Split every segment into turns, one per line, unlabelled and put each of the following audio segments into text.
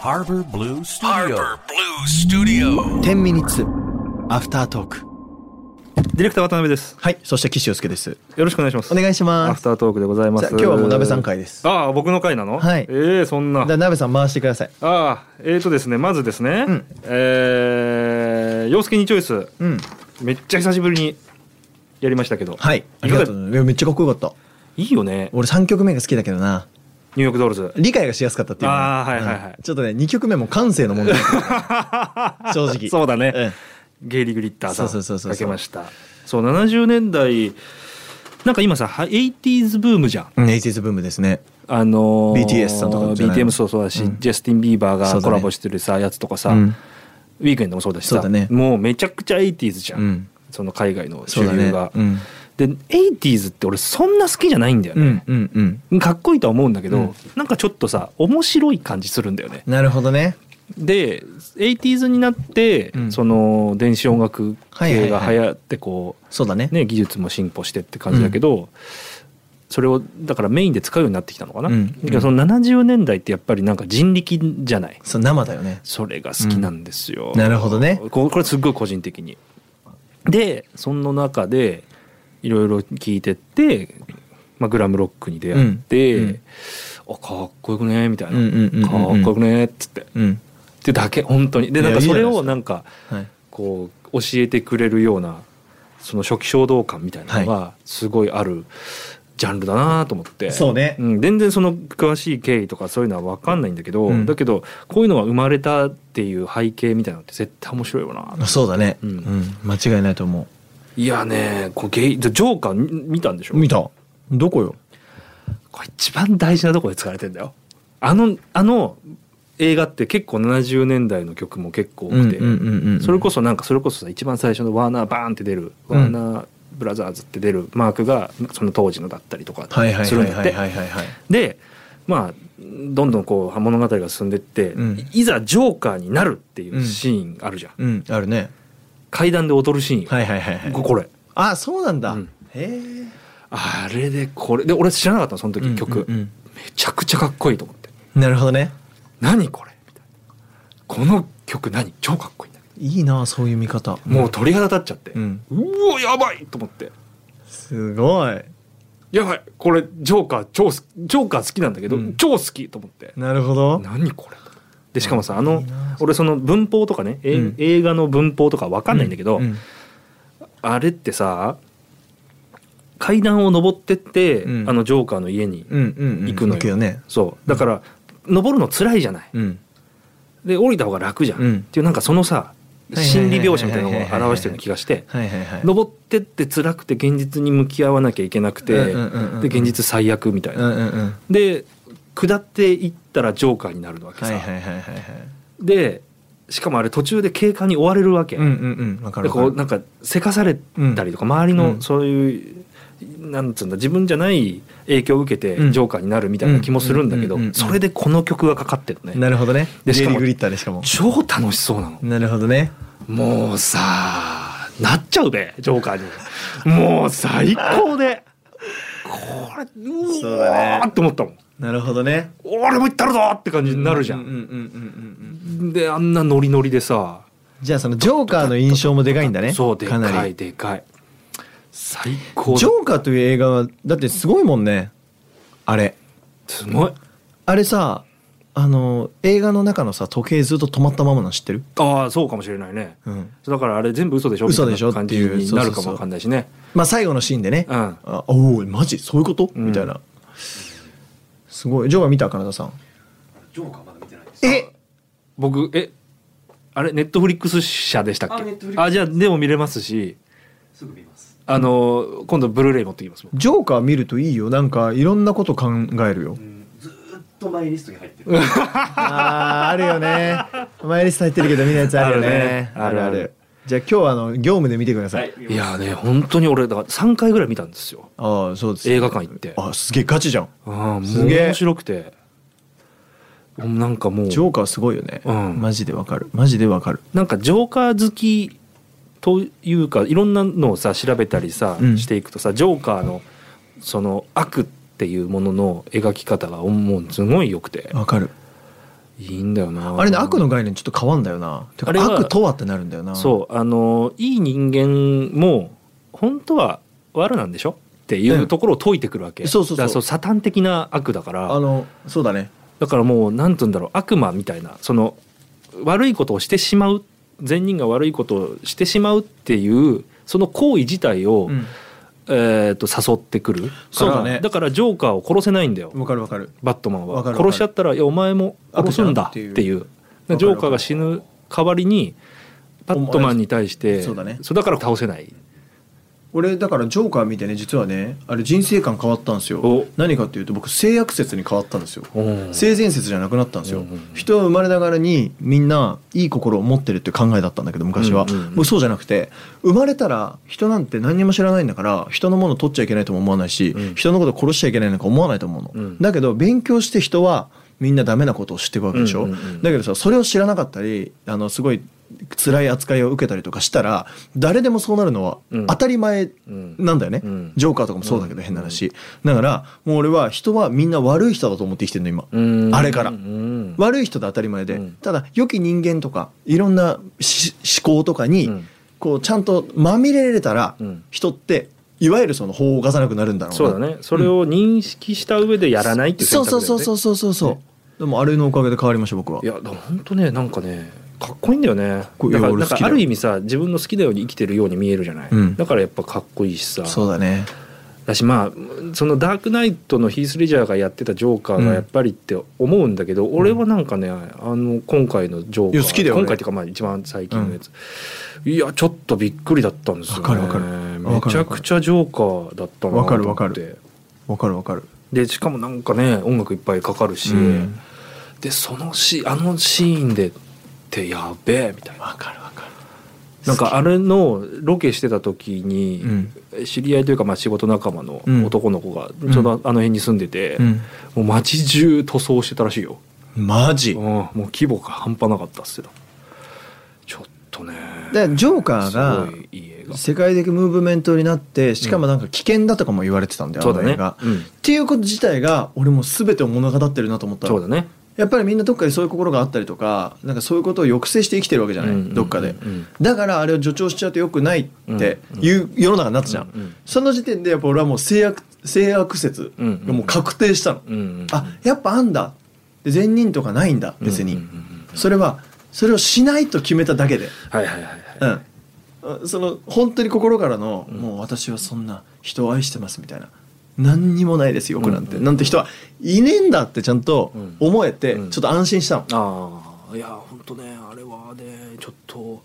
Harbor Blue Studio.
Harbor Blue Studio.
10ミニッツアフタートーク
ディレクター渡辺です。
はいそして岸洋介です
よろしくお願いします。
お願いし
ア
ます
フ
じ
タートークでございます。
ゃあ今日はもう鍋さん。回です
ああ、僕の回なの。
はい
ええそんな。
じゃあ鍋さん回してください
ああ、えっ、とですね、まずですね。
うん
ええ洋介にチョイス、
うん
めっちゃ久しぶりに。やりましたけど。
はいあ
い
り
か
が
が
とういやめっちゃかっこよかった
いいよね。
俺3曲目が好きだけどな
ニューヨークドールズ。
理解がしやすかったっていうの
あーはいはいはい
うんちょっとね2曲目も感性の問題だ った正直
そうだね。
うん
ゲイリー・グリッターさん
そうそうそうそう
かけましたそう70年代なんか今さは 80s ブームじゃん
うん、ネイティズブームですね
あのー
BTS さんとかじゃない
BTM そうそうだし、
うん
ジャスティン・ビーバー
そうだ
が
ね
コラボしてるさ、やつとかさ、
うん
ウィークエンドもそうだし
そう
さ
だね
もうめちゃくちゃ 80s じゃん、
うん
その海外の主
そうだ
流
ね
が、
うん
で 80s って俺そんな好きじゃないんだよ
う
ね
ん、うんうん
かっこいいとは思うんだけど、
うん
なんかちょっとさ面白い感じするんだよね
なるほどね
で 80s になって、
うん
その電子音楽系が
はいはい
流行ってこう、
そうだね
ね、技術も進歩してって感じだけど、それをだからメインで使うようになってきたのかな、
うん
だからその70年代ってやっぱりなんか人力じゃない
そう生だよね
それが好きなんですよ、
なるほどね
ここれすっごい個人的にでその中でいろいろ聞いてって、まあ、グラムロックに出会って、
うんうん
あかっこよくねみたいな、
うんうんうんうん
かっこよくねっつってっ
うん
てだけ本当にでなんか
いやいい
そ
じゃ
れ
ないです
を
か
なんか
はい
こう教えてくれるようなその初期衝動感みたいなのがすごいあるジャンルだなと思って、
そうね
うん、全然その詳しい経緯とかそういうのは分かんないんだけど、
うん
だけどこういうのが生まれたっていう背景みたいなのって絶対面白いよな
そうだね
う
うんん間違いないと思
いやねこうゲイジョーカーみ見たんでしょ
う見たどこよ
これ一番大事なとこで使われてんだよあのあの映画って結構70年代の曲も結構多くて、それこそなんかそれこそさ一番最初のワーナーバーンって出る、
うん
ワーナーブラザーズって出るマークがその当時のだったりとか
はいはい
す
は
るん
い
だ
は
っ
い
て。
はいはいはい
でまあどんどんこう物語が進んでって、
うん
いいざジョーカーになるっていうシーンあるじゃん、
うんあるね
階段で踊るシーン、
はいはいはいはい
ここれ
あそうなんだ
うん
へえ
あれでこれで俺知らなかったのその時曲、
うんうん
めちゃくちゃかっこいいと思って
うんなるほどね
何これみたいなこの曲何超かっこいいんだけ
いいなそういう見方
どもう鳥肌立っちゃって、
うん
うおやばいと思って
すごい
やばいこれジョーカー超好きジョーカー好きなんだけど、
うん
超好きと思って
なるほど
何これでしかもさあ
い
の
いな
俺その文法とかね、え
うん
映画の文法とか分かんないんだけど、
うん
あれってさ階段を登ってって、
うん
あのジョーカーの家に、
うんうんうん
行くのよ
行くよね
そうだから、登るの辛いじゃない
うん
で降りた方が楽じゃん、
うん
っていうなんかそのさ
はいはいはいはい
心理描写みたいなのを表してるような気がして
はいはいはい
登ってって辛くて現実に向き合わなきゃいけなくて、
うんうんうんうん
で現実最悪みたいな
う。んうんうん
で下っていったらジョーカーになるわけさ、
はいはいはいはいはい
でしかもあれ途中で警官に追われるわけ、
うんうんうんわか
で
る
こ
わ
う
かる
なんかせかされたりとか、周り
う
の
ん
そういう、なんつうんだ自分じゃない影響を受けて
うん
ジョーカーになるみたいな気もするんだけど、
うんうんうんうん
それでこの曲がかかってるね
なるほどね
で
ゲ
し
イリ
かも
ー・グリッターでしかも
超楽しそうなの
なるほどね
もうさなっちゃうべジョーカーにもう最高でこれ
そう
う
だね
わーって思ったもん
なるほどね
俺も行ったるぞーって感じになるじゃ
うんうんうんうんうん
であんなノリノリでさ
じゃあそのジョーカーの印象もでかいんだね
そうで
かな
か
り
いでかい最高
ジョーカーという映画はだってすごいもんねあれ
すごい
あれさあの映画の中のさ時計ずっと止まったままなの知ってる、
ああそうかもしれないね
うん、
だからあれ全部嘘でしょ
嘘でしょ
みたいな感
ってい
じ
う
にな
そうそ
るか
うそ
も
う
わかんないしね
まあ最後のシーンでね、
うん
あおおマジそういうこと、
うん
みたいなすごいジョーカー見たかなたさん
ジョーカーまだ見てないです。
え
僕えあれネットフリックス社でしたっ
あ Netflix
けあじゃあでも見れますし
すぐ見ます。
あの今度ブルーレイ持ってきます僕
ジョーカー見るといいよなんかいろんなこと考える
う
よ
ん、ずーっとマイリストに入ってる。
あーあるよねマイリスト入ってるけど見ないやつあるよね
あるねあるある
じゃあ今日はあの業務で見てください、
いやーね本当に俺だから3回ぐらい見たんですよ
ああそうです
映画館行って
あすげえガチじゃん
ああも
す
う
げえ
面白くてなんかもう
ジョーカーすごいよね、
うん
マジでわかるマジでわかる
なんかジョーカー好きというかいろんなのをさ調べたりさ、
うん
していくとさジョーカーのその悪っていうものの描き方がもうすごい良くて
わかる
いいいんだよな
あれね悪の概念ちょっと変わんだよなてか
あれは
悪とはってなるんだよな
そうあのいい人間も本当は悪なんでしょっていうところを解いてくるわけ、
うんそうそうそう
だからサタン的な悪だから
あのそうだね
だからもう何て言うんだろう悪魔みたいなその悪いことをしてしまう善人が悪いことをしてしまうっていうその行為自体を、
うん
えー、と誘ってくるから
そうだね
からジョーカーを殺せないんだよ
わかるわかる
バットマンは
わかるわかる
殺しちゃったら「いやお前も殺すんだ」っていう
悪じゃん
だからジョーカーが死ぬ代わりにバットマンに対して
そうだね
そうだから倒せない
俺だからジョーカー見てね実はねあれ人生観変わったんですよ
お
何かっていうと僕性悪説に変わったんですよ
うん
性善説じゃなくなったんですよ、
うんうんうん
人は生まれながらにみんないい心を持ってるっていう考えだったんだけど昔は、
うんうんうん
もうそうじゃなくて生まれたら人なんて何にも知らないんだから人のもの取っちゃいけないとも思わないし、
うん
人のこと殺しちゃいけないなんか思わないと思うの、
うん
だけど勉強して人はみんなダメなことを知っていくわけでしょ、
うんうんうん
だけどさそれを知らなかったりあのすごい辛い扱いを受けたりとかしたら誰でもそうなるのは
うん
当たり前
うん
なんだよね、
うん
ジョーカーとかもそうだけ
うん
ど変な話、だからもう俺は人はみんな悪い人だと思って生きてるの今、
うん
あれから
うん
悪い人で当たり前で、
うん
ただ良き人間とかいろんなし思考とかに、
うん
こうちゃんとまみれれたら、
うん
人っていわゆるその法を犯さなくなるんだろうな
そうだねそれを認識した上でやらないっていう
そう
選択だ
そ
よ
う
ね
そうそうそうそうそう、でもあれのおかげで変わりました僕はい
やだからほんとねなんかねかっこいいんだよね
こいい
だから
いや俺
なん
好
か
きだ
あ
よ
る意味さ自分の好きなように生きてるように見えるじゃない、
うん
だからやっぱかっこいいしさ
そうだね
だしまあそのダークナイトのヒース・レジャーがやってたジョーカーがやっぱりって思うんだけど、俺はなんかねあの今回のジョーカ
い
ー
や好きだよね
今回っていうかまあ一番最近のやつ、いやちょっとびっくりだったんですよ、ね、
わかるわかる
めちゃくちゃジョーカーだったなと思っ
わ
て
かるわかるわかるわかる
でしかもなんかね音楽いっぱいかかるし、
うん
でそのシーンあのシーンでってやべえみたいな
わかるわか
なんかあれのロケしてた時に、知り合いというかまあ仕事仲間の
うん
男の子が
ん
ちょうどあの辺に住んでて、
うん
もう街中塗装してたらしいよ、
マジ、
うん、もう規模が半端なかったっすよちょっとね
だからジョーカーが
すごいいい映画
世界的ムーブメントになってしかもなんか危険だとかも言われてたんだよ、
そうだ
あの
ね
映画、
うん
っていうこと自体が俺もう全てを物語ってるなと思ったの
そうだね
やっぱりみんなどっかでそういう心があったりとかなんかそういうことを抑制して生きてるわけじゃない、
うんうんうんうん
どっかでだからあれを助長しちゃうとよくないっていう世の中になったじゃん、
うんうん
その時点でやっぱ俺はもう性悪性悪説がもう確定したの、
うんうん
あやっぱあんだで善人とかないんだ別に、
うんうんうんうん
それはそれをしないと決めただけで
はいはいはいはい
うん、その本当に心からの、もう私はそんな人を愛してますみたいな何にもないですよ僕なんて、なんて人はいねえんだってちゃんと思えて、
うん
ちょっと安心したの、
ああいや本当ねあれはねちょっと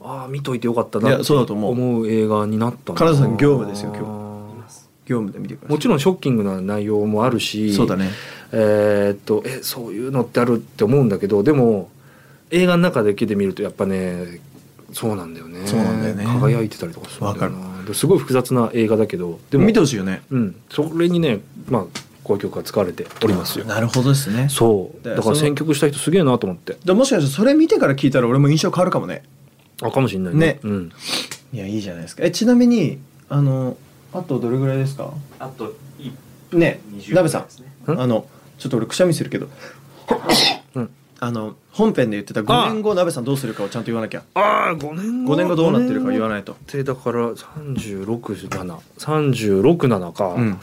ああ見といてよかった
い
な
やそうだと思う
思う映画になったな
金田さん業務ですよ今日
今
業務で見てください
もちろんショッキングな内容もあるし
そうだね
えーっとえそういうのってあるって思うんだけどでも映画の中だけで見るとやっぱねそうなんだよね
そうなんだよね
輝いてたりとかするんだよなですごい複雑な映画だけどでも
見てほしいよね
うん、それにねまあこういう曲が使われておりますよ
なるほどですね
そう
で
だ
そ
から
の
選曲した人すげえなと思って
でもしかしたらそれ見てから聞いたら俺も印象変わるかもね
あかもしれないね
ね
うん、
いやいいじゃないですかえちなみにあのあとどれぐらいですか
あといい
ね
20
鍋さん
ですね
ん
あのちょっと俺くしゃみするけど、
うん
あの本編で言ってた5年後鍋さんどうするかをちゃんと言わなきゃ
ああ5年後
5年後どうなってるか言わ
い
ないと、
ってだから363736か、
うん、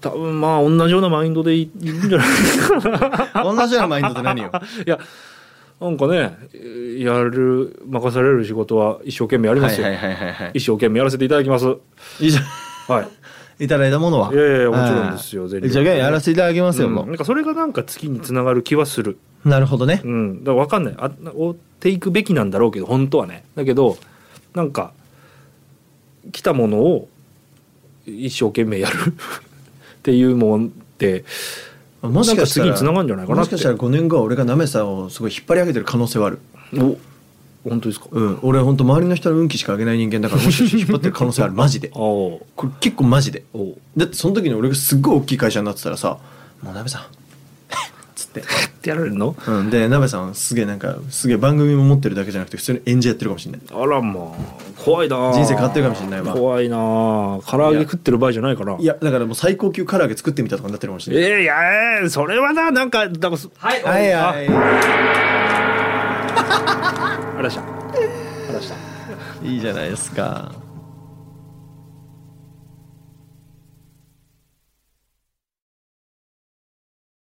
多分まあ同じようなマインドでいいるんじゃない かな
同じようなマインドって何よ
いやなんかねえーやる任される仕事は一生懸命やりますよ、
いはいは
一生懸命やらせていただきますはい
いじゃ
い
んいただいたものはい
やいやもちろんですよ
はい
全力
じゃあやらせていただきますよ、
うん
も
なんかそれがなんか月につながる気はする
うなるほどね
うん、だから分かんないあ追っていくべきなんだろうけど本当はねだけどなんか来たものを一生懸命やる っていうもんって
もしかしたら
なんか次に繋がるんじゃないかなって
もしかしたら5年後は俺がナメさんをすごい引っ張り上げてる可能性はある
お本当ですか
うん俺本当周りの人の運気しか上げない人間だからもしかして引っ張ってる可能性ある マジで
ああお
これ結構マジで
お
だってその時に俺がすっごい大きい会社になってたらさ「もうナベさん」つって、
ってやられるの
うん、でナベさんすげえなんかすげえ番組も持ってるだけじゃなくて普通に演じやってるかもしれない
あらまあ怖いなあ
人生変わってるかもしれないわ
怖いなあ唐揚げ食ってる場合じゃないから
いやだからもう最高級唐揚げ作ってみたとかになってるかもし
え
れない
ーいやえーそれはななんかだからそ
はい
はいは
あらしたあらした
いいいじゃないですか